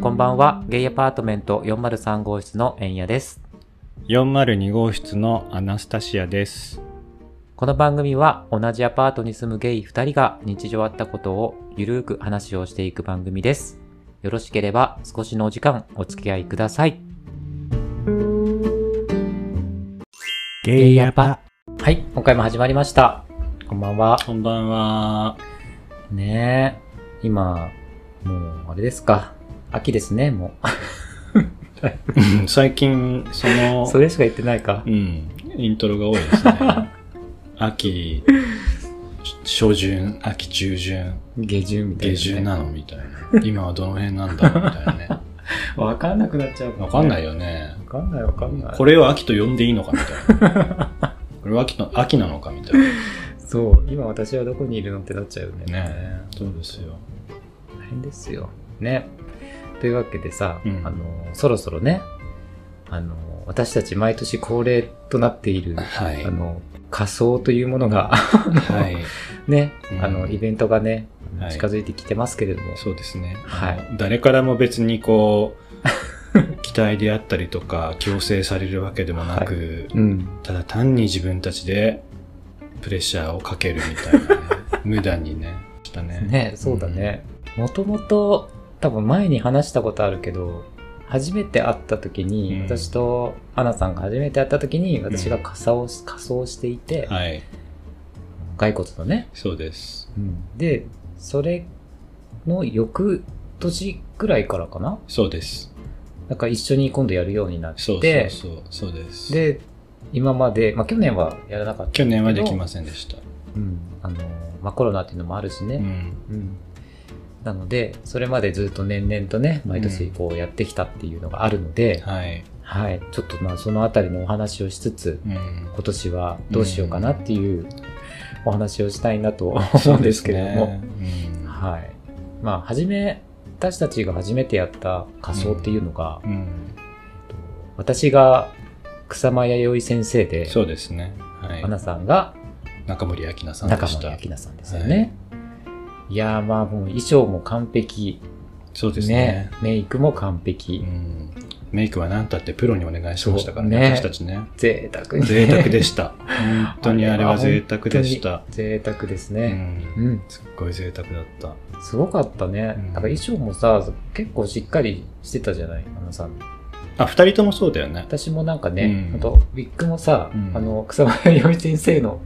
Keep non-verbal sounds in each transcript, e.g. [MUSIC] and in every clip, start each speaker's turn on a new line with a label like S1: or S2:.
S1: こんばんは。ゲイアパートメント403号室の円谷です。
S2: 402号室のアナスタシアです。
S1: この番組は同じアパートに住むゲイ2人が日常あったことをゆるーく話をしていく番組です。よろしければ少しのお時間お付き合いください。
S2: ゲ
S1: イヤパ。はい、今回も始まりました。こんばんは。
S2: こんばんは。
S1: ねえ、今、もうあれですか。秋ですね、も。
S2: うん [LAUGHS] 最近、 [LAUGHS] そうの、
S1: [LAUGHS] それしか言ってないか
S2: う。ん、イントロが多いです [LAUGHS] ね。秋、初旬、秋中旬、
S1: 下旬みたいな、
S2: 下旬なのみたいな。今はどの辺なんだろうみたいな [LAUGHS] ね。
S1: わかんなくなっちゃう
S2: わかんない
S1: よ。
S2: よね。
S1: わかんないわかんない。
S2: これを秋と呼んでいいのかみたいな。 [LAUGHS] これは秋の秋なのかみたいな。
S1: そう、今私はどこにいるのってなっちゃうよね。
S2: ねそうですよ。
S1: 大変ですよ。ね。というわけでさ、
S2: うん
S1: あの、そろそろね、あの、私たち毎年恒例となっている、
S2: はい
S1: あ。の、仮装というものが、 [LAUGHS]
S2: はい。
S1: ね、
S2: うん
S1: あの、イベントがね、
S2: はい
S1: 近づいてきてますけれども、
S2: そうですね。
S1: はい
S2: あの誰からも別にこう、 [LAUGHS] 期待であったりとか、強制されるわけでもなく、
S1: うん。
S2: ただ単に自分たちでプレッシャーをかけるみたい
S1: [LAUGHS]
S2: な、ね、無駄にね、したね。
S1: ね、そうだね。もともと、多分前に話したことあるけど、初めて会った時に、
S2: うん
S1: 私とアナさんが初めて会った時に、私が仮装し仮装していて、
S2: はい、
S1: 骸骨のね、
S2: そうです。
S1: でそれの翌年くらいからかな
S2: そうです。
S1: なんか一緒に今度やるようになって
S2: そうそうそう、そうです。
S1: で今まで、まあ、去年はやらなかった
S2: 去年はでき
S1: す、
S2: ませんでした。
S1: うんあのまあ、コロナっていうのもあるし
S2: う
S1: ね、
S2: ん。
S1: うんなのでそれまでずっと年々とね毎年こうやってきたっていうのがあるので、
S2: はい。
S1: はい、ちょっとまあそのあたりのお話をしつつ [LAUGHS]
S2: うん。
S1: 今年はどうしようかなっていうお話をしたいなと [LAUGHS] 思うんですけれども、
S2: そうですね。
S1: はい。まあ、初め、私たちが初めてやった仮装っていうのが、
S2: うん。うん
S1: 私が草間弥生先生で、
S2: そうですね。はい
S1: ア。ナさんが
S2: 中森明菜さんで
S1: 中
S2: し
S1: 森
S2: た。
S1: 明菜さんですよね。い、やー、まあ、もう衣装も完璧、
S2: そうで
S1: ね
S2: すね。
S1: メイクも完璧、
S2: うんメイクは何たってプロにお願いしましたから
S1: そうね
S2: ね、私たちね。
S1: 贅沢に。
S2: 贅沢で
S1: [LAUGHS]
S2: した。本当にあれは贅沢でした。
S1: 贅沢です
S2: う
S1: ね。うん
S2: ん、すっごい贅沢だった。
S1: すごかったね。
S2: うん
S1: なんか衣装もさ、結構しっかりしてたじゃない、アナさん。
S2: あ、二人ともそうだよね。
S1: 私もなんかね、
S2: うん
S1: あと、ウィッグもさ、
S2: うん
S1: あの、草間彌生先生の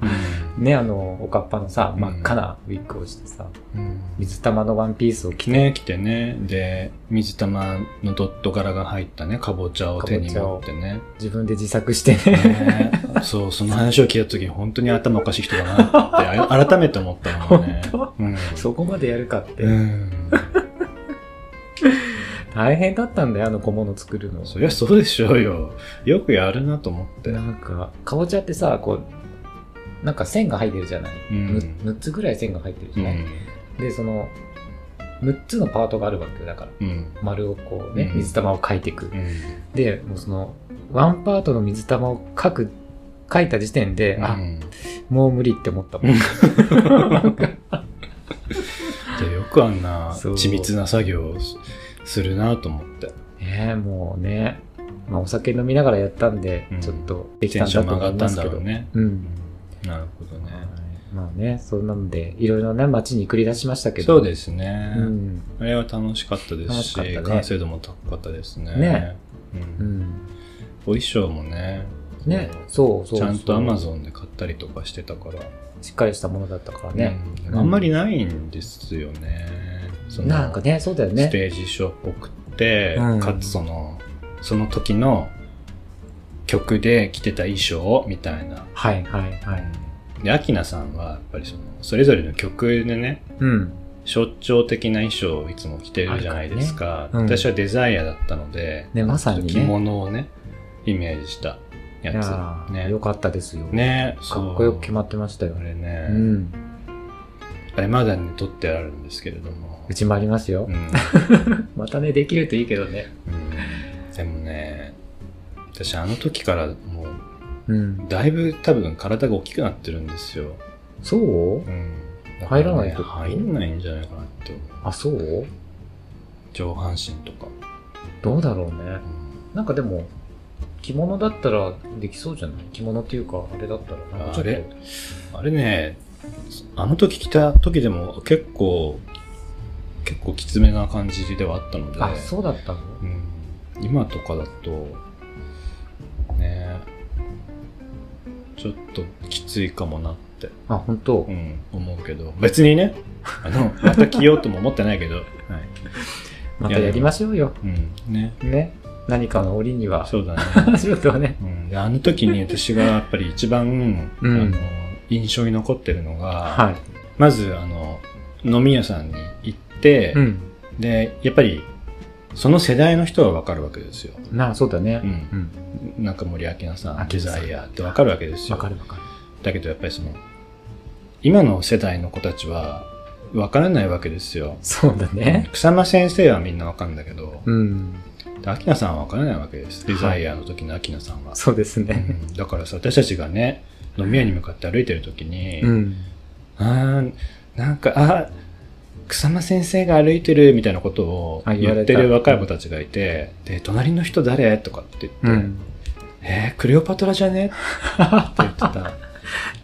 S2: うん
S1: ね、あの、おかっぱのさ、
S2: うん
S1: 真っ赤なウィッグをしてさ、
S2: うん
S1: 水玉のワンピースを着て、
S2: ね、来てね。で、水玉のドット柄が入ったね、かぼちゃを手に持ってね。
S1: 自分で自作してね、
S2: ねそう、その話を聞いた時に本当に頭おかしい人だなってあ、改めて思ったもんね。
S1: [LAUGHS] 本
S2: うん
S1: そこまでやるかって、
S2: うん。
S1: 大変だったんだよ、あの小物作るの。
S2: そりゃそうでしょうよ。よくやるなと思って。
S1: なんか、かぼちゃってさ、こう、なんか線が入ってるじゃない、
S2: う
S1: む
S2: ん
S1: 6, つぐらい線が入ってるじ
S2: う
S1: ゃない、
S2: ん。
S1: で、その、6つのパートがあるわけよだから。
S2: うん。
S1: 丸をこうね、
S2: うん
S1: 水玉を描いていく。
S2: うん
S1: で、もうその、ワンパートの水玉を描く、描いた時点で、
S2: う
S1: あ、
S2: ん
S1: もう無理って思ったもん。
S2: うん
S1: なんか
S2: でよくあんな
S1: そう
S2: 緻密な作業をすするなと思って
S1: ねえもうね、まあ、お酒飲みながらやったんで、
S2: うん
S1: ちょっとでき
S2: テ
S1: た
S2: ン
S1: ん
S2: ショ
S1: だ
S2: ン
S1: と
S2: も上
S1: 思い
S2: がった
S1: ま
S2: ん
S1: す
S2: だ
S1: け
S2: ろ
S1: ど
S2: うね、
S1: うん
S2: なるほどね
S1: まあねそんなのでいろいろな街に繰り出しましたけど、
S2: そうですすね、
S1: うん
S2: あれは楽しかったです
S1: 楽
S2: し
S1: しかったね
S2: 完成度も高かったですね
S1: ね
S2: うん
S1: うん、
S2: お衣装もね
S1: ねそうそう
S2: ちゃんとアマ
S1: ン
S2: ゾンで買ったりとかしてたから、
S1: しっかりしたものだったからね、
S2: うんあんまりないんですよね、その
S1: なんかねそうだよね
S2: ステージショーっぽくって、
S1: うん
S2: かつそのその時の曲で着てた衣装みたいな
S1: はいはいはい
S2: で、アキナさんは、やっぱりその、それぞれの曲でね、
S1: うん
S2: 象徴的な衣装をいつも着てるじゃないですか。
S1: あるからねうん
S2: 私はデザイアだったので、
S1: ねまさにね
S2: ちょっと着物をね、イメージした
S1: いや
S2: やつ。
S1: ー
S2: ね。
S1: よかったですよ、
S2: ね
S1: かっこよく決
S2: ま
S1: まってましたよ
S2: あ
S1: ね
S2: れね、
S1: うん
S2: あれまだね、撮ってあるんですけれども
S1: う。ちもありますよ、
S2: うん。うん
S1: またねできるといいけどね
S2: でもね、私あの時からもう、
S1: うん
S2: だいぶ多分体が大きくなってるんですよ。
S1: そう
S2: うん。だか
S1: 入ら
S2: ね
S1: ないと
S2: 入んないんじゃないかなって思う。
S1: あそう
S2: 上半身とか。
S1: どうだろうね
S2: う。ん
S1: なんかでも、着物だったらできそうじゃない着物っていうか、あれだったらなんかちょっと。
S2: あれあれね、あの時来た時でも結構、結構きつめな感じではあったので、
S1: あ、そうだったの
S2: うん、今とかだと、ね、ちょっときついかもなって、
S1: あ、本当
S2: う。ん、思うけど、別にね、 [LAUGHS] あの、また着ようとも思ってないけど、はい。
S1: またやりましょうよ。
S2: うん、ね、
S1: ね。何かの折には。
S2: そうだね。
S1: 仕事はね。
S2: うん、であの時に私がやっぱり一
S1: う
S2: 番、
S1: ん
S2: あの印象に残ってるのが、
S1: は
S2: まずあの飲み屋さんに行って、
S1: い。うん。
S2: でやっぱりその世代の人は分かるわけですよ、
S1: なあ、そうだ
S2: う
S1: ね。
S2: ん、
S1: うん。
S2: 中森明菜さんデ
S1: 明菜さ
S2: ザ
S1: ん
S2: イアって分かるわけです
S1: わ
S2: よ
S1: かるわかる。
S2: だけどやっぱりその今の世代の子たちは分からないわけですよ
S1: そうだね。
S2: 草間先生はみんな分かるんだけど
S1: うん。
S2: で明菜さんは分からないわけですデザイアの時の明菜さんは、
S1: そうです
S2: う
S1: ね。
S2: んだからさ私たちがね飲み屋に向かって歩いてる時に、
S1: うん。
S2: あーなんかあ草間先生が歩いてるみたいなことを
S1: あ言わ
S2: 言
S1: れ
S2: ったてる若い子たちがいて「で隣の人誰?」とかって
S1: う
S2: 言って
S1: ん。
S2: 「えークレオパトラじゃね?」って言ってたっ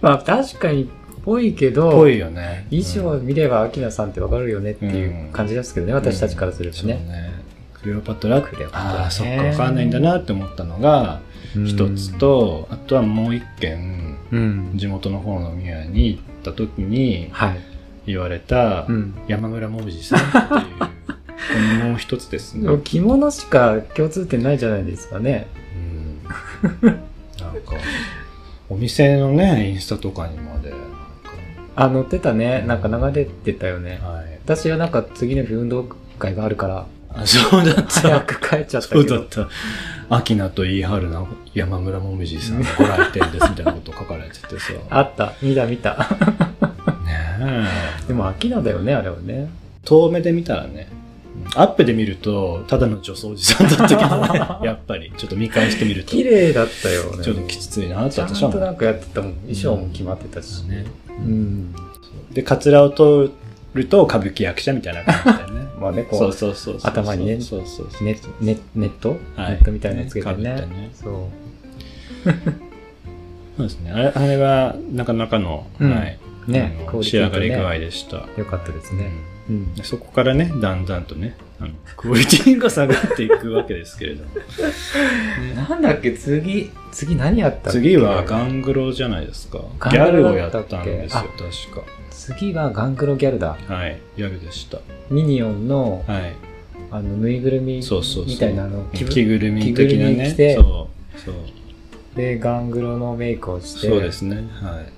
S1: まあ、確かに、ぽいけど、
S2: ぽい
S1: [LAUGHS]
S2: よね
S1: 衣装を
S2: っ
S1: 見れば、明菜さんってわかるよねっていう感じですけどね、私たちからするとね。
S2: クレオパトラ
S1: クレオパトラね
S2: ああそっかわかんないんだなって思ったのが一つ、とあとはもう一軒
S1: うん。
S2: 地元の方の宮に行った時に
S1: はい。
S2: 言われた
S1: うん。
S2: 山村紅葉さんっていうこれも一つですね [LAUGHS]
S1: でも着物しか共通点ないじゃないですかね。
S2: うん、なんかお店のねインスタとかにまでなん
S1: あ、乗ってたね。なんか流れてたよね
S2: か。はい
S1: 私はなんか次の日運動会があるから、
S2: あそうだっ
S1: 早
S2: た
S1: く帰っちゃった
S2: そ
S1: け
S2: うだっ
S1: ど。
S2: た秋名と言い張るな山村もみじさんご来店ですみたいなこと書かれててさ
S1: あった。見た見た。 [LAUGHS]
S2: ねえ
S1: でも明菜だよね、あれはね。
S2: 遠目で見たらねアップで見るとただの女装おじさんだったけ [LAUGHS] どねやっぱりちょっと見返してみると
S1: 綺麗だったよね。
S2: ちょっときついなって
S1: ちゃん
S2: 私は
S1: と
S2: 思
S1: な
S2: うん
S1: かやってたもん。衣装も決まってたし。
S2: ね
S1: うん。
S2: でカツラを取ると歌舞伎役者みたいな感じだよね
S1: [LAUGHS] まあね、こ
S2: そう
S1: う、
S2: そうそうそう。
S1: 頭にね
S2: そうそうそう。
S1: ネネネット
S2: はい
S1: ネットみたいなのつけて
S2: ね被って
S1: ね
S2: ね。
S1: そ
S2: そうですね。あれあれは、なかなかの、
S1: うん
S2: はい。
S1: う。ね
S2: あ、の
S1: クオリ
S2: 仕
S1: テ
S2: 上
S1: ィ
S2: が
S1: と
S2: り具
S1: ね。
S2: 合でした。
S1: よかったです
S2: う
S1: ね。
S2: ん
S1: うん。
S2: でそこからね、だんだんとね、あのクオリティが下がっていくわけですけれど
S1: [LAUGHS]
S2: も。
S1: なんだっけ、次、次何やったっけ
S2: 次はガングロじゃないですか。ギ
S1: ガン
S2: ャ
S1: グ
S2: ル
S1: ロ
S2: を
S1: だ
S2: やっ
S1: った
S2: た
S1: っ
S2: ん
S1: け
S2: ですよ、確
S1: 次はガンクロギャルだ。
S2: か。はい。ギャルでした。
S1: ミニオンの、
S2: はい。
S1: あの、ぬいぐるみ
S2: そうそうそう
S1: みたいなあの、気分
S2: 着ぐるみ的な
S1: 着ぐるみ
S2: ね
S1: 着。て
S2: そう。そう。
S1: で、ガングロのメイクをして、
S2: そうですね。はい。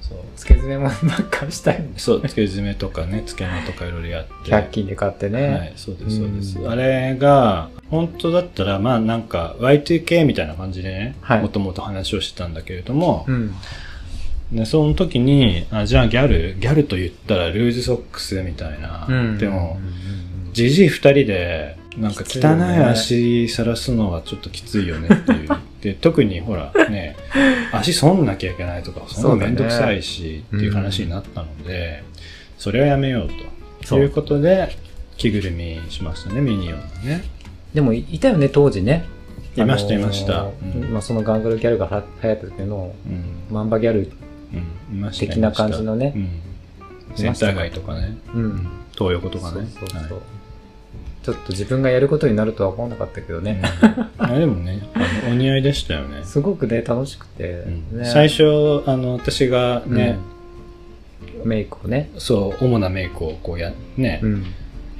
S2: そう。
S1: つけ爪もばっかしたい。
S2: そう、つけ爪とかね、
S1: [LAUGHS]
S2: つけ根とかいろいろやって。
S1: 100均で買ってね。
S2: はい、そうです、そうです。
S1: うん
S2: あれが、本当だったら、まあなんか Y2K みたいな感じでね、
S1: はい
S2: もともと話をしてたんだけれども
S1: う、ん。
S2: でその時にあ、じゃあギャル、ギャルと言ったらルーズソックスみたいな、
S1: うん。
S2: でも
S1: うん、うん
S2: じじい二人で、なんか
S1: きついよ
S2: 汚
S1: ね
S2: い足さらすのはちょっときついよねっ
S1: [LAUGHS]
S2: ていう。で、特にほらね、足損んなきゃいけないとか、そんなめんどくさいし、
S1: そうだね
S2: っていう話になったので、それはやめようと。
S1: そ
S2: と
S1: う
S2: いうことで、着ぐるみしましたね、ミニオンのね。
S1: でもい、いたよね、当時ね。
S2: いました
S1: あのー
S2: いましたうん
S1: まあ、そのガングロギャルがは流行った時の、
S2: うん。
S1: マンバギャル
S2: うん、いました
S1: 的な感じのね
S2: い。ましたうん。センター街とかね。
S1: う。
S2: うんん。東横とかね。
S1: そうそう
S2: はい
S1: そう。ちょっと自分がやることになるとは思わなかったけどね。
S2: うんあでもね、あのお似合いでしたよね。
S1: すごくね、楽しくて、
S2: うん
S1: ね
S2: 最初、あの、私がね、
S1: うんメイクをね。
S2: そう、主なメイクをこうや、ね、
S1: うん。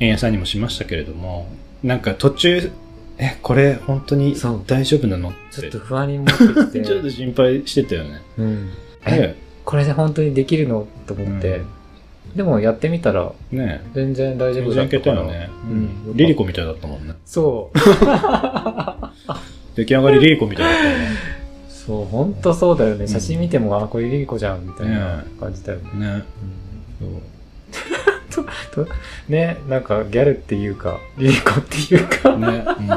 S2: 円屋さんにもしましたけれども、なんか途中、え、これ本当に
S1: そう
S2: 大丈夫なのって
S1: ちょっと不安に思ってきて。
S2: [LAUGHS] ちょっと心配してたよね。
S1: うん。え、
S2: ね
S1: これで本当にできるのと思って、でもやってみたら
S2: ね
S1: 全然大丈
S2: 全
S1: 夫だ
S2: 然い
S1: った
S2: け
S1: か
S2: た
S1: ら。
S2: よね。
S1: う
S2: うん
S1: よかっ
S2: ん
S1: た
S2: リリコみたいだったもんね。
S1: そう。
S2: 出来上がりリリコみたいだったよね。
S1: そう、本当そうだよね。
S2: ん
S1: 写真見ても、あ、これリリコじゃん、みたいな感じだよね。
S2: ね。
S1: うんね、なんかギャルっていうか、リリコっていうか、
S2: ね。うん。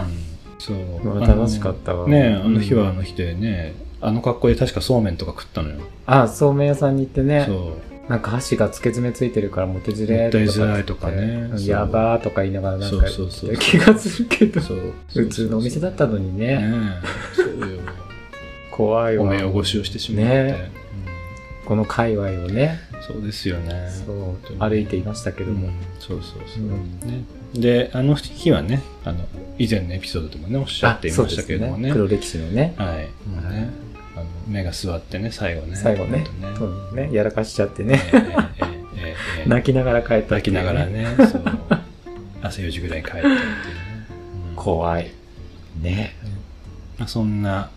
S2: そう。
S1: 楽しかったわ。
S2: ねあの日はあ
S1: うん
S2: の日でね、あの格好で確かそうめんとか食ったのよ。
S1: あ、そうめん屋さんに行ってね。
S2: そう。
S1: なんか箸が付け爪ついてるからモテづれ
S2: もてづらいとかね
S1: うんやばーとか言いながらなんか
S2: そうそうそう
S1: 気がするけど
S2: そう。
S1: [LAUGHS] 普通のお店だったのにね
S2: ねえそうよ。
S1: 怖いわ
S2: お目汚しをしてしまって。
S1: ねこの界隈をね
S2: うんそうですよね。
S1: そう
S2: 当に
S1: 歩いていましたけども、
S2: うんそうそうそう。
S1: うん
S2: ね、で、あの日はね、あの、以前のエピソードでもね、おっしゃっていましたけれどもね。
S1: あそうですね黒歴史のね
S2: はい。もうね、あの目が座ってね、最後ね。
S1: 最後ね
S2: 本当
S1: そうですねやらかしちゃって
S2: え
S1: ね
S2: えええええええ
S1: 泣きながら帰ったっ
S2: 抱
S1: ていう
S2: き
S1: ね
S2: ながらね、そう。 [LAUGHS] 朝4時ぐらいに帰ったっていうね。うん
S1: 怖いね
S2: まあそんな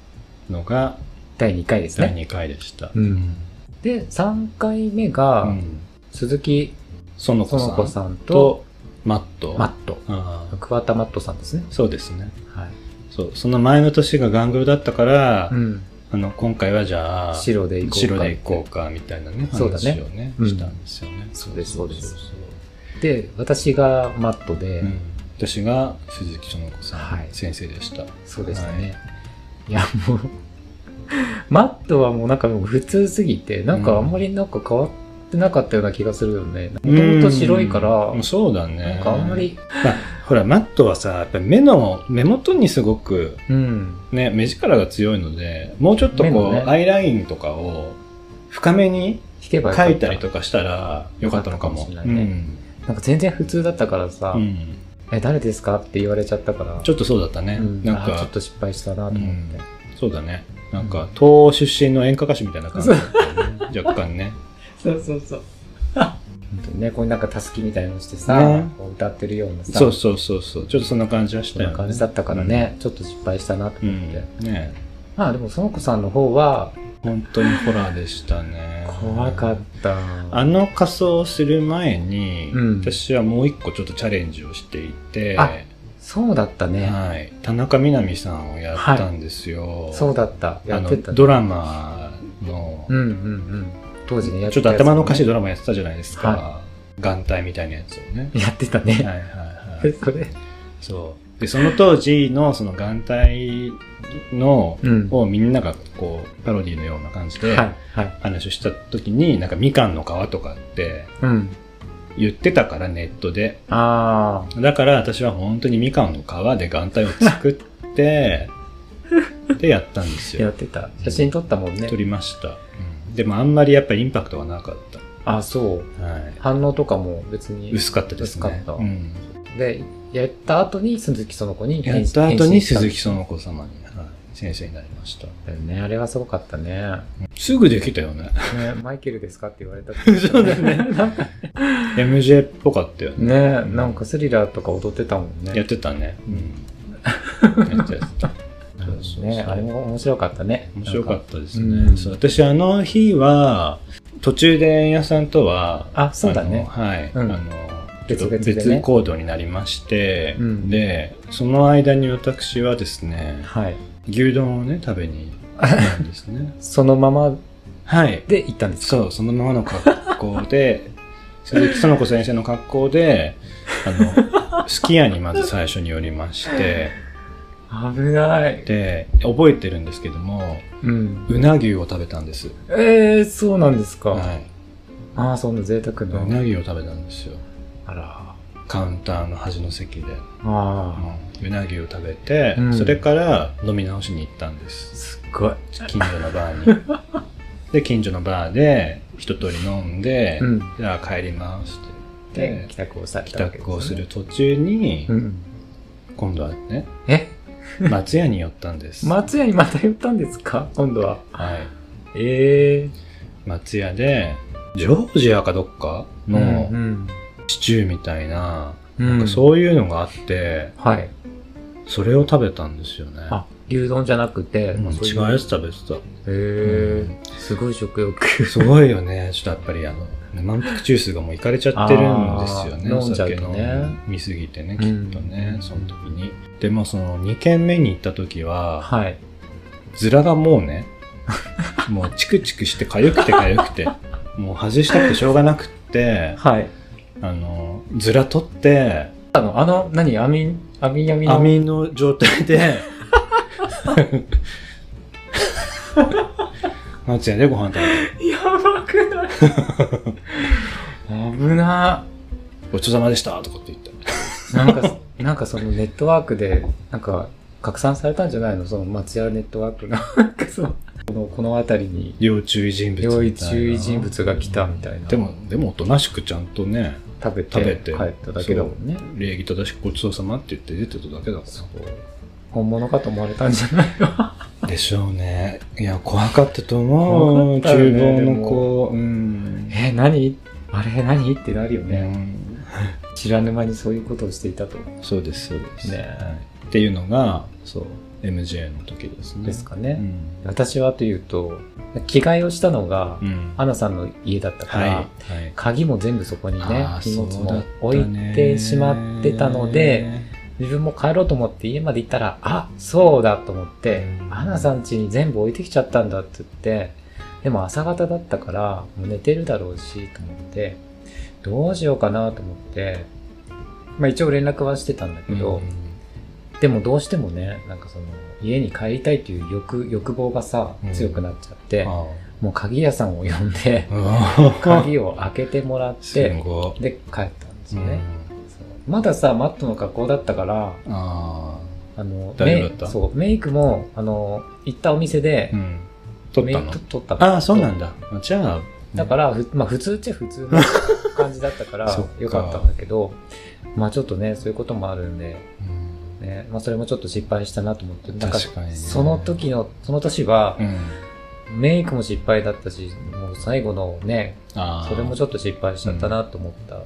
S2: のが
S1: 第2回です
S2: 第
S1: ね
S2: 2回でした。
S1: うんで3回目が、
S2: うん
S1: 鈴木
S2: 園子
S1: 園子
S2: さん
S1: さんと
S2: とマット。
S1: マット
S2: ああ
S1: 桑田マットさんですね
S2: そうですね。
S1: はい、
S2: そう。その前の年がガングロだったから、
S1: うん、
S2: あの、今回はじゃあ、
S1: 白で行こうか
S2: 白で行こうか、みたいなね、
S1: そうだね
S2: 話をね、
S1: うん
S2: したんですよね。
S1: そうですそうです
S2: そう
S1: で私がマットで、
S2: そううん私が鈴木園子さん、
S1: はい
S2: 先生でした。
S1: そうでしたね、い、やもう [LAUGHS] マットはもうなんかもう普通すぎてなんかあんまりなんか変わってなかったような気がするよねもともと白いから
S2: うんそうだね。
S1: なんかあんまり
S2: まあ、ほら、マットはさ、やっぱり目の、目元にすごく、
S1: うん
S2: ね、目力が強いので、もうちょっと
S1: 目
S2: こ
S1: の
S2: う、
S1: ね
S2: アイラインとかを深めに
S1: 弾けばよかった
S2: 描いたりとかしたらよかったのかも。
S1: よかったかもしれないねなんか全然普通だったからさ「
S2: うんうん
S1: え誰ですか?」って言われちゃったから
S2: ちょっとそうだったね。
S1: うん
S2: なん
S1: あーちょ
S2: か
S1: っ、と失敗したなと思って、
S2: うんそうだね。なんか、東欧出身の演歌歌手みたいな感じだったよね、若干ね。
S1: そうそうそう本当にねこうなんかたすきみたいなのしてさ、
S2: ね
S1: こう歌ってるような [LAUGHS] さ
S2: そうそうそうそう。ちょっとそんな感じはし
S1: そ
S2: た
S1: ん
S2: よ
S1: な
S2: ね。
S1: 感じだったからね、ちょっと失敗したなと
S2: うん。う
S1: 思
S2: ん
S1: って、
S2: ね
S1: まあでもその子さんの方は
S2: 本当にホラーでしたね。
S1: 怖かった、
S2: あの仮装をする前に、
S1: うん
S2: 私はもう一個ちょっとチャレンジをしていて、
S1: あそうだったね、
S2: はい、田中みな実さんをやったんですよ。
S1: そうだったや
S2: あ
S1: ってた
S2: のドラマの、
S1: うんうんうん当時ねや
S2: ちょっと頭のおかしい
S1: だ
S2: ドラマやってたじゃないですか。
S1: は。
S2: 眼帯みたいなやつをね
S1: やってた
S2: はい
S1: ね、
S2: はいは
S1: [LAUGHS]
S2: い。
S1: それ
S2: そう。で、その当時のその眼帯の、
S1: うんは
S2: をみんながこう、パロディのような感じ
S1: い
S2: で
S1: はい
S2: 話をした時に、なんかみかんの皮とかって
S1: うん
S2: 言ってたからネットで。
S1: ああ
S2: だから私は本当にみかんの皮で眼帯を作
S1: [LAUGHS]
S2: って、でやったんです
S1: や
S2: よ
S1: っ。てた写真撮ったもんね
S2: 撮りました。でもあんまりやっぱりインパクトがなかっ
S1: あそう
S2: た。はい。
S1: 反応とかも別に
S2: 薄かったですね。
S1: 薄かった
S2: うん、
S1: でやった後に鈴木園子に
S2: や
S1: 返
S2: った後
S1: 返信
S2: に
S1: した
S2: 鈴木園子様に、はい、先生になりました。
S1: だよねあれはすごかったね
S2: すぐできたよね。
S1: ねマイケルですかって言われた
S2: [LAUGHS] そうだね
S1: なんか
S2: MJ っぽかったよね。
S1: ねなんかスリラーとか踊ってたもんね
S2: やってたね。うん。やったやってた。そうそうそう
S1: ね、あれも面白かったね。
S2: 面白かったですね。
S1: うん
S2: そう私、あの日は、途中で円谷さんとは、
S1: あそうだね
S2: あのはい。
S1: うん
S2: あの
S1: 別々でね
S2: ちょっと別行動になりまして、
S1: うん
S2: で、その間に私はですね、
S1: はい。。
S2: 牛丼をね、食べに行ったんですね
S1: [LAUGHS] そのまま
S2: はい。
S1: で行ったんですか
S2: そう、そのままの格好で、 [LAUGHS] 鈴木園子先生の格好で、あの、すき家にまず最初に寄りまして、
S1: 危ない。
S2: で、覚えてるんですけども、
S1: うん。
S2: うな牛を食べたんです。
S1: えー、そうなんですか。
S2: はい。
S1: ああ、そんな贅沢
S2: う
S1: な。
S2: なぎを食べたんですよ
S1: あら。
S2: カウンターの端の席で、
S1: あ
S2: うなぎを食べて、
S1: うん
S2: それから飲み直しに行ったんで
S1: あ、
S2: す
S1: すっごい。
S2: 近所のバーに
S1: [LAUGHS]
S2: で近所のバーで一通り飲んで、
S1: うん。
S2: じゃあ帰りますって言
S1: で
S2: っ、て
S1: 帰宅をされ
S2: 帰
S1: たわけです、ね。
S2: 宅をする。途中に、
S1: うん。
S2: 今度はね
S1: え、
S2: 松屋に寄ったんです、
S1: 松屋にまた寄ったんですか今度は。
S2: はい、
S1: ええ
S2: 松屋でジョージアかどっか
S1: ー。
S2: の
S1: うん。
S2: シチューみたいな,、
S1: うん。
S2: なんかそういうのがあって
S1: はい。
S2: それを食べたんですよね
S1: あ、牛丼じゃなくて、
S2: うん
S1: そう
S2: 違
S1: いう
S2: やつ食べてた
S1: へえー。すごい食欲。
S2: すごいよね。ちょっとやっぱりあの、満腹中枢がもういかれちゃってるんですよね。
S1: あー
S2: お
S1: 飲んじゃう
S2: 酒
S1: と
S2: の
S1: ね
S2: 見すぎてね、きっとね、
S1: うん
S2: その時に。で、まあその2軒目に行った時は、
S1: はい。
S2: ズラがもうね、 [LAUGHS] もうチクチクして痒くて痒くて、もう外したくてしょうがなくって、
S1: はい。
S2: あの、ズラ取って、
S1: あの、あの、何網、網やみの。
S2: 網の [LAUGHS] 状態で、夏屋でご飯食べてる。
S1: やばくない [LAUGHS] 危な
S2: ごちそうさまでしたとかって言った。
S1: なんか、なんかそのネットワークで、なんか、拡散されたんじゃないのその松屋ネットワークの、なんかその、この、この辺りに、
S2: 要注意人物みたいな。
S1: 要注意人物が来たみたいな
S2: でも、でもおとなしくちゃんとね、
S1: 食べて、
S2: 食べて
S1: 帰っただけだもんね。
S2: 礼儀正しくごちそうさまって言って出てただけだか
S1: そう。本物かと思われたんじゃないの
S2: ら。でしょうね。いや、怖かったと思う。
S1: 怖かったよ
S2: 厨
S1: ね
S2: 房の子。う
S1: [LAUGHS]
S2: ん。
S1: え、何あれ何ってなるよね。
S2: うん
S1: 知らぬ間にそういうことをしていたと。
S2: そうです、そうです。
S1: ね
S2: はいっていうのが、そう、MJ の時ですね。
S1: ですか
S2: う
S1: ね。
S2: ん。
S1: 私はというと、着替えをしたのが、
S2: うん。
S1: アナさんの家だったか
S2: はい。
S1: ら、
S2: はい
S1: 鍵も全部そこにね
S2: あー
S1: 荷物
S2: そうだ
S1: も
S2: った
S1: 置
S2: ね
S1: いてしまってたので自分も帰ろうと思って家まで行ったらあそうだと思って
S2: うん
S1: アナさん家に全部置いてきちゃったんだって言ってでも朝方だったからもう寝てるだろうしと思ってどうしようかなと思って、まあ、一応連絡はしてたんだけど、でもどうしてもねなんかその家に帰りたいという欲欲望がさ
S2: うん
S1: 強くなっちゃって、
S2: あ
S1: もう鍵屋さんを呼んで
S2: [LAUGHS] あうん
S1: 鍵を開けてもらっ
S2: す
S1: て
S2: ごい
S1: で帰ったんです
S2: う
S1: よ
S2: ん
S1: ね、そうまださマットの格好だったから
S2: あ
S1: あの
S2: 大丈夫だった
S1: メイそうメイクもあの行ったお店で
S2: あ、うん。撮っ
S1: メイ
S2: た
S1: ク
S2: の
S1: と撮ったの
S2: ああ、そうなんだ。じゃあ、
S1: だから、ふまあ、普通っちゃ普
S2: [LAUGHS]
S1: 通の感じだったから
S2: そっか
S1: よかったんだけどまあちょっとねそういうこともあるんで、
S2: うん、
S1: ねまあ、それもちょっと失敗したなと思ってなん
S2: 確かにね
S1: その時のその年は
S2: う、ん。
S1: メイクも失敗だったしもう最後のね
S2: ああ、
S1: それも
S2: ち
S1: ちょっと失敗しちゃったなと思った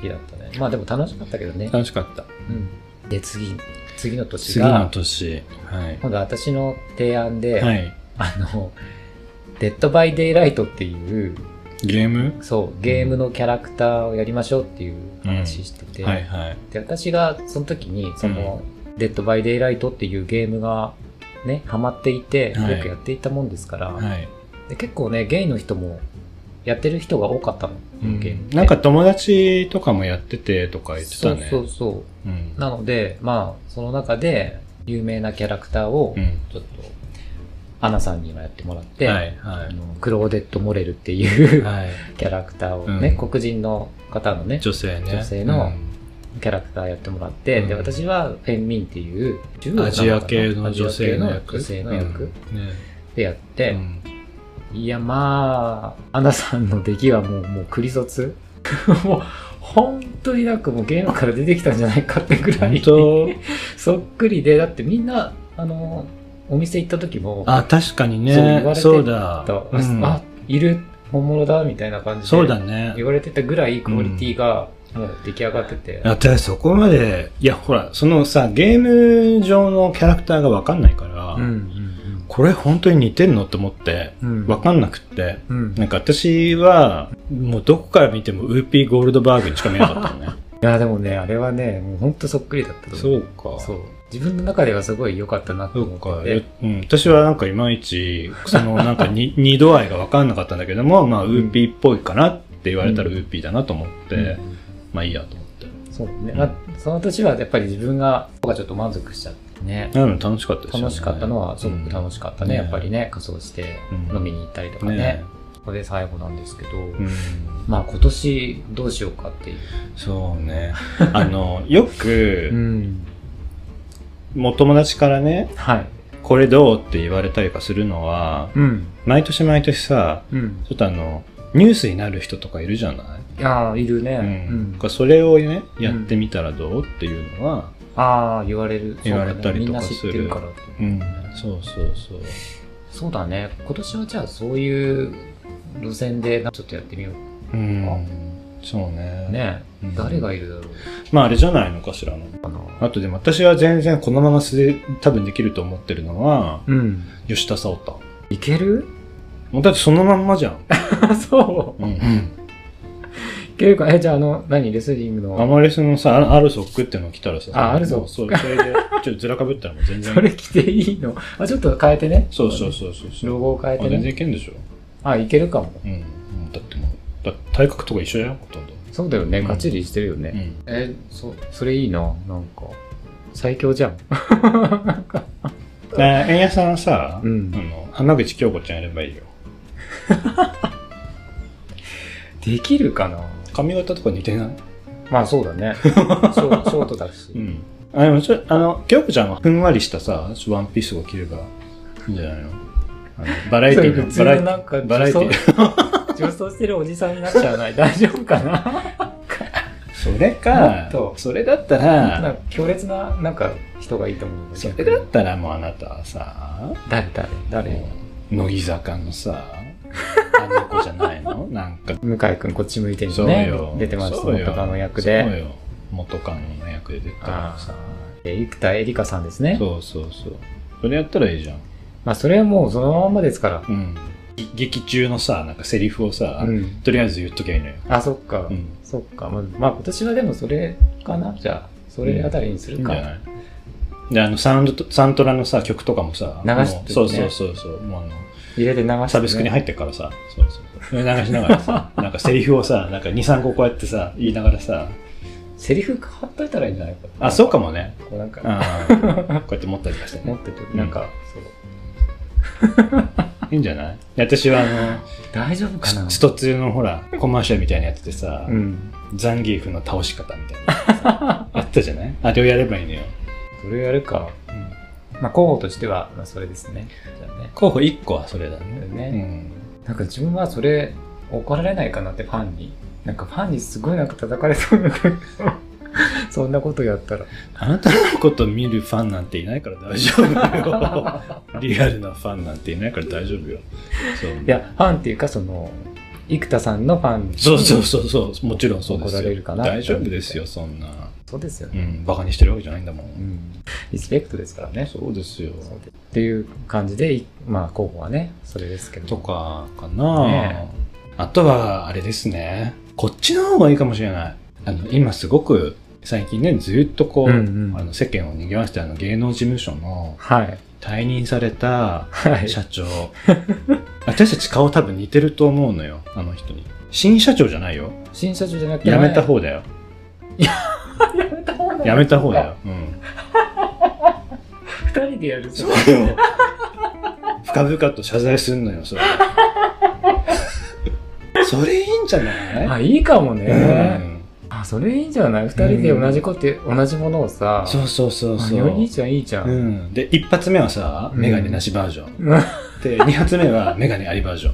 S1: 時だったね、まあでも楽しかったけどね、
S2: 楽しかった。
S1: うん、で次次の年
S2: 次の
S1: が
S2: 年。はい。
S1: 今度私の提案で、
S2: はい。
S1: あの「デッド・バイ・デイ・ライト」っていう
S2: ゲーム
S1: そうゲームのキャラクターをやりましょうっていう話してて、
S2: はいはい。
S1: で私がその時にその「デッド・バイ・デイ・ライト」っていうゲームがねハマっていて
S2: はい
S1: よくやっていたもんですから、
S2: はい。
S1: で結構ねゲイの人もやってる人が多かったの、
S2: うん
S1: ゲームって
S2: なんか友達とかもやっててとか言ってたね。
S1: そうそうそう
S2: うん。
S1: なので、まあ、その中で、有名なキャラクターを
S2: う、ん。
S1: ちょっと、アナさんにはやってもらって、
S2: はい
S1: あ
S2: は
S1: のクローデット・モレルっていう、
S2: い。はい。
S1: キャラクターをね、
S2: うん
S1: 黒人の方のね、
S2: 女性ね。
S1: 女性の
S2: うん
S1: キャラクターやってもらって、
S2: うん
S1: で、私はフェンミンっていう、中国
S2: ア
S1: の
S2: ジア系の女性の役。
S1: アジア系の女性の役
S2: うんね
S1: でやっ
S2: う
S1: て、
S2: ん
S1: いや、まあ、アナさんの出来はもう、もう、クリソツ [LAUGHS] もう、本当になんかもう芸能から出てきたんじゃないかってぐらい。
S2: 本当
S1: そっくりで、だってみんな、あの、お店行った時も、
S2: あ、確かに
S1: そう言われ
S2: ね。
S1: て
S2: そうだ。
S1: とあ
S2: うん
S1: [LAUGHS] あ、いる、本物だ、みたいな感じで、
S2: そうだね。
S1: 言われてたぐらいクオリティが、もう出来上がってて、
S2: だってそこまで、いやほら、そのさ、ゲーム上のキャラクターがわかんないから、
S1: うん、
S2: これ本当に似てんのと思って、
S1: うん、うん。
S2: わかんなくって、
S1: うん。
S2: なんか私は、もうどこから見てもウーピーゴールドバーグにしか見えなかったのね。
S1: いや、でもね、あれはね、もう本当そっくりだったと思う。
S2: うか
S1: [LAUGHS] そ
S2: そうう。
S1: 自分の中ではすごい良かったなと思
S2: か。
S1: って
S2: え
S1: て。
S2: うん、私はなんかいまいち、そのなん
S1: [LAUGHS]
S2: かに二度合いがわかんなかったんだけども、まあウーピーっぽいかなって言われたらウ
S1: うん
S2: ーピーだなと思って、
S1: うん
S2: まあいいやと思って。
S1: そうね、まあその年はやっぱり自分が、僕はちょっと満足しちゃってね。
S2: なので楽しかったですよね。
S1: 楽しかったのはすごく楽しかったね、
S2: うん
S1: やっぱりね仮装して
S2: うん
S1: 飲みに行ったりとかね,、ここで最後なんですけど、
S2: うん
S1: まあ今年どうしようかっていう、
S2: そ
S1: [LAUGHS]
S2: うね。あの、よく、
S1: ん、
S2: もう友達からね、
S1: はい
S2: これどうって言われたりとかするのは、
S1: うん
S2: 毎年毎年さ、
S1: うん
S2: ちょっとあの、ニュースになる人とかいるじゃない
S1: ああいるね、
S2: う
S1: うんん、
S2: それをね、やってみたらどうっていうのは、
S1: ああ言われる
S2: 言われたりとかす
S1: そうだねみんな知って
S2: る
S1: るからって
S2: うん、そうそうそう。
S1: そうだね今年はじゃあそういう路線でなちょっとやってみよ
S2: うん、そうね
S1: う。ね、
S2: うん
S1: 誰がいるだろう
S2: まああれじゃないのかしらの。
S1: かな
S2: あとでも私は全然このまま素で多分できると思ってるのは、
S1: うん
S2: 吉田沙保太。
S1: いけ
S2: [LAUGHS]
S1: る
S2: もうだってそのまんまじゃん。
S1: そ
S2: うん。
S1: ういけるかえじゃああの何レスリングの
S2: アマレスのさ、あアルソックっていうの来たらさ、
S1: あアルソック
S2: そう、それで、ちょっとずらかぶったらもう全然。
S1: それ着ていいのあちょっと変えてね。
S2: そうそうそうそうそう。
S1: ロゴを変え
S2: あ
S1: て
S2: 全然
S1: ね。
S2: いけんでしょ。
S1: あ、いけるかも。
S2: うん。うんだってもう、だ体格とか一緒だよ、ほとんど。
S1: そうだよね。
S2: うん
S1: ガチリしてるよ
S2: う
S1: ね。
S2: ん。
S1: え、そ、それいいな。なんか、最強じゃん。
S2: え、円谷さんはさ、
S1: う
S2: あ
S1: ん。
S2: の、浜口京子ちゃんやればいいよ。
S1: できるかな
S2: 髪型とか似てない
S1: まあそうだ
S2: [LAUGHS]
S1: ね。ショーショートだし。
S2: うん。あ、でもちょ、あの、京子ちゃんはふんわりしたさ、ワンピースを着ればいいんじゃないのあのバラエティ
S1: [LAUGHS]
S2: の、
S1: そ
S2: バラ
S1: れ
S2: エ
S1: 普通の
S2: ティ
S1: なんか
S2: バラエティ
S1: 女装 [LAUGHS] してるおじさんになっちゃわない大丈夫かな
S2: それ
S1: もっ
S2: か
S1: と、
S2: それだった
S1: なん
S2: ら、
S1: か強烈ななんか人がいいと思う
S2: それだったらもうあなたはさ、
S1: 誰誰誰
S2: 乃木坂の
S1: [LAUGHS]
S2: さ、あの子じゃないのなんか、
S1: 向井君こっち向いてる
S2: そう
S1: ね
S2: よ。
S1: 出てました
S2: そうよ
S1: 元カノ役
S2: そう
S1: で
S2: よ。元カノの役で出てたからさ。
S1: えー生田絵梨花さんですね
S2: そうそうそう。それやったらいいじゃん。
S1: まあそれはもうそのまんまですから
S2: うん。劇中のさ、なんかセリフをさ、
S1: うん
S2: とりあえず言っときゃいいのよ。
S1: あそっか、
S2: うん。
S1: そっかまあ、まあ、今年はでもそれかなじゃあそれあたりにす
S2: い
S1: る
S2: いん
S1: か、
S2: じゃないで、あの、サウンドと、サントラのさ、曲とかもさ、
S1: 流してね
S2: もうそうそうそうそう。もうあの、
S1: 入れて流して、ね、
S2: サブスクに入ってっからさ、そうそうそう。流しなが
S1: [LAUGHS]
S2: らさ、なんかセリフをさ、なんか2、3個こうやってさ、言いながらさ、
S1: セリフ貼っといたらいいんじゃないかな
S2: あ、そうかもね。
S1: こうなん
S2: う
S1: か、
S2: ん。こうやって持ったりとかして
S1: 持
S2: ね
S1: っ。てて
S2: ん
S1: なんか、そう
S2: いいんじゃないで私はあの、
S1: 大丈夫かな
S2: ススト2のほら、コマーシャルみたいなやつでさ、
S1: うん
S2: ザンギーフの倒し方みたいな
S1: [LAUGHS]
S2: さあったじゃないあれをやればいいのよ。
S1: それをやるか、まあ、候補としては、まあ、それですねじゃあね
S2: 候補1個はそれだね。う
S1: ね、
S2: ん。
S1: なんか自分はそれ怒られないかなってファンになんかファンにすごいなんか叩かれそうな [LAUGHS] そんなことや
S2: [LAUGHS]
S1: ったら
S2: あなたのこと見るファンなんていないから大丈
S1: [LAUGHS]
S2: 夫よ。リアルなファンなんていないから大丈夫よ。そう。
S1: いやファンっていうかその生田さんのファン
S2: そうそうそうそう、もちろんそうですよ。
S1: 怒られるかな
S2: 大丈夫ですよ、そんな。
S1: そうですよ
S2: う
S1: ね、
S2: ん、バカにしてるわけじゃないんだも。
S1: うんん、リスペクトですからね
S2: そうですよ。
S1: っていう感じでいまあ候補はねそれですけど
S2: とかかな、
S1: ね
S2: あとは、あれですね。こっちの方がいいかもしれない。あの、今すごく、最近ね、ずっとこう、
S1: うんうん
S2: あの世間を賑わしてあの芸能事務所の
S1: はい
S2: 退任された
S1: はい
S2: 社長。 [LAUGHS] 私たち顔多分似てると思うのよ、あの人に。新社長じゃないよ。
S1: 新社長じゃなくて
S2: 辞めた
S1: 方
S2: 方だよ。
S1: [LAUGHS] やめた方
S2: 辞めた方だよ。うん。
S1: 2人でやる
S2: そうよ。深々と謝罪すんのよ、それ。 [LAUGHS] それいいんじゃない、
S1: あいいかも
S2: う
S1: ね、
S2: ん、
S1: あそれいいんじゃない2人で同じこと、同じものをさ
S2: そうそうそう
S1: あ
S2: そう。
S1: いいじゃんいいじゃん、
S2: うん、で、一発目はさ、
S1: うん
S2: メガネなしバージョン。
S1: うん
S2: で、二発目はメガネありバージョ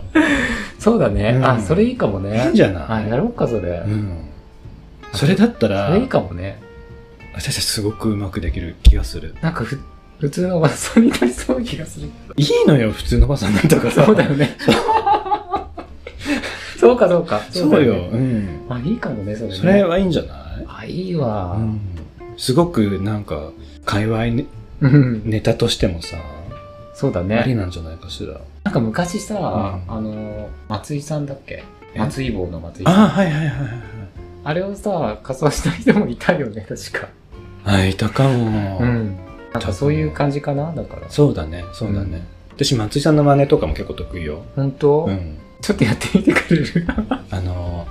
S1: そうだね、
S2: うん
S1: あそれいいかも [LAUGHS] ね
S2: ン。いいんじゃ
S1: あ
S2: ない
S1: やろうかそれ、
S2: うん。それだった
S1: そ
S2: ら
S1: れいい、かもね
S2: 私たちすごくうまくできる気がする。
S1: なんかふ普通のおばさんになりそうな気がする
S2: いいのよ、普通のおばさんなんだから。
S1: そうだよねそうかそうか
S2: そう
S1: だ
S2: よ。
S1: ね
S2: うん。
S1: あいいかもねそれね
S2: それはいいんじゃない
S1: あいいわ
S2: うんすごくなんか、界隈ね
S1: うん、
S2: ネタとしてもさ、
S1: [LAUGHS] そうだ
S2: あり
S1: ね
S2: なんじゃないかしら。
S1: なんか昔さ、
S2: ん
S1: あの松井さんだっけ
S2: え
S1: 松井坊の松井
S2: あ
S1: さ
S2: あ、
S1: ん
S2: はいはいはいはい。
S1: あれをさ仮装した人もいたよね確か
S2: あ、いたかも。
S1: うんなんかそういう感じかなだから
S2: そうだね、そうだね。私、松井さんの真似とかも結構得意よ。
S1: 本当、
S2: うん。
S1: ちょっとやってみてくれる
S2: あの、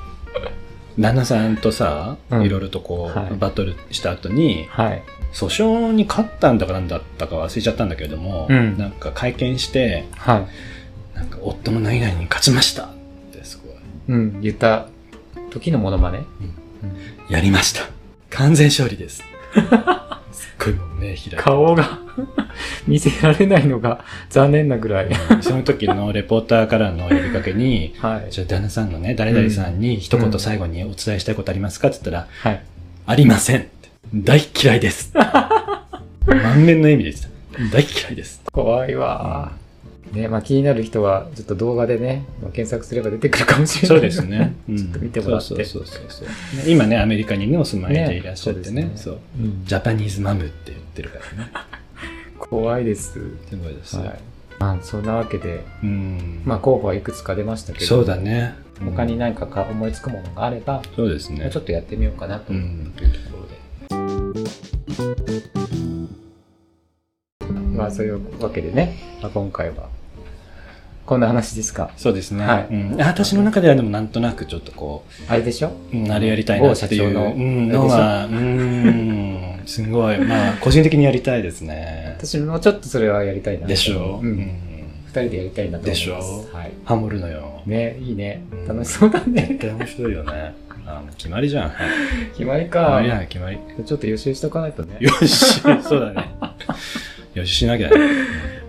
S2: 旦那さんとさ、
S1: うん
S2: いろいろとこう、
S1: はい
S2: バトルした後に、
S1: はい
S2: 訴訟に勝ったんだかなんだったか忘れちゃったんだけれども、
S1: うん
S2: なんか会見して、
S1: はい
S2: なんか夫の何々に勝ちましたってすごい。
S1: うん、言った時のモノマネ
S2: やりました。完全勝利 [LAUGHS] です。すっごいもう目開いて。
S1: 顔が [LAUGHS] 見せられないのが残念なぐらい。
S2: うん [LAUGHS] その時のレポーターからの呼びかけに、
S1: はい。
S2: じゃあ旦那さんのね、誰々さんに一言最後にお伝えしたいことありますかって言ったら、
S1: はい。
S2: ありませんって大嫌いです。 [LAUGHS] 満面の笑みでした。大嫌いです。
S1: 怖いわ。ね、まあ気になる人は、ちょっと動画でね、まあ検索すれば出てくるかもしれ
S2: そ
S1: な
S2: う
S1: い。
S2: です。ね。
S1: [LAUGHS]
S2: うん
S1: ちょっと見てもらって
S2: そうそうそうそうね今ね、アメリカにね、お住まいでいらっしゃってね。
S1: ね
S2: そう
S1: うん、
S2: ジャパニーズマムって言ってるからね。
S1: 怖いです。
S2: すごいです。
S1: はい。まあそんなわけで、
S2: うん。
S1: まあ候補はいくつか出ましたけど、
S2: そうだ。ね。
S1: 他に
S2: うん
S1: 何かか思いつくものがあれば、
S2: そうです
S1: もう
S2: ね
S1: ち。ょっとやってみようかなと。
S2: うん。というところで。
S1: まあそういうわけでね、まあ、今回は、こんな話ですか。
S2: そうですね。
S1: はい
S2: うんあ私の中ではでもなんとなくちょっとこ
S1: あれでしょ
S2: う、うんあれやりたいなっていう
S1: 某社長の
S2: うんのは、うん、 [LAUGHS] すごい。まあ、個人的にやりたいですね。
S1: 私もちょっとそれはやりたいな。
S2: でしょう。
S1: うん
S2: ん
S1: 二人でやりたいなと思います。
S2: でしょ
S1: はい。
S2: ハモるのよ。
S1: ね、いいね
S2: うん。
S1: 楽しそうだね [LAUGHS]
S2: 絶。対面白いよね。あもう決まりじゃん。決
S1: 決まり
S2: ま
S1: か
S2: り。や決まり。
S1: ちょっと予習しとかないとね。
S2: よし、そうだね。よし、しなきゃね。う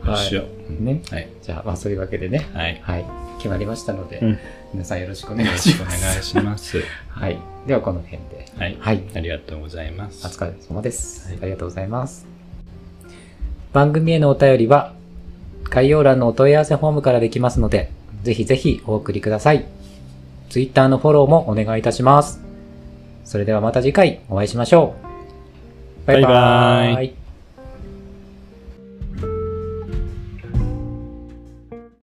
S2: んよししよう。うん
S1: ね。
S2: はい。
S1: じゃあ、まあそういうわけでね。
S2: はい。
S1: はい。決まりましたので、
S2: うん
S1: 皆さんよろしくお
S2: よ
S1: 願い
S2: ろし
S1: し
S2: くお
S1: ま
S2: 願
S1: す。
S2: いし [LAUGHS] ます。
S1: はい。ではこの辺で。
S2: はい。
S1: はい。
S2: ありがとうございま
S1: お
S2: す。
S1: 疲れ様です、
S2: はい
S1: ありがとうございます。番組へのお便りは、概要欄のお問い合わせフォームからできますので、ぜひぜひお送りください。Twitter のフォローもお願いいたします。それではまた次回お会いしましょう。バイバ
S2: バイバ
S1: ー
S2: ー
S1: イ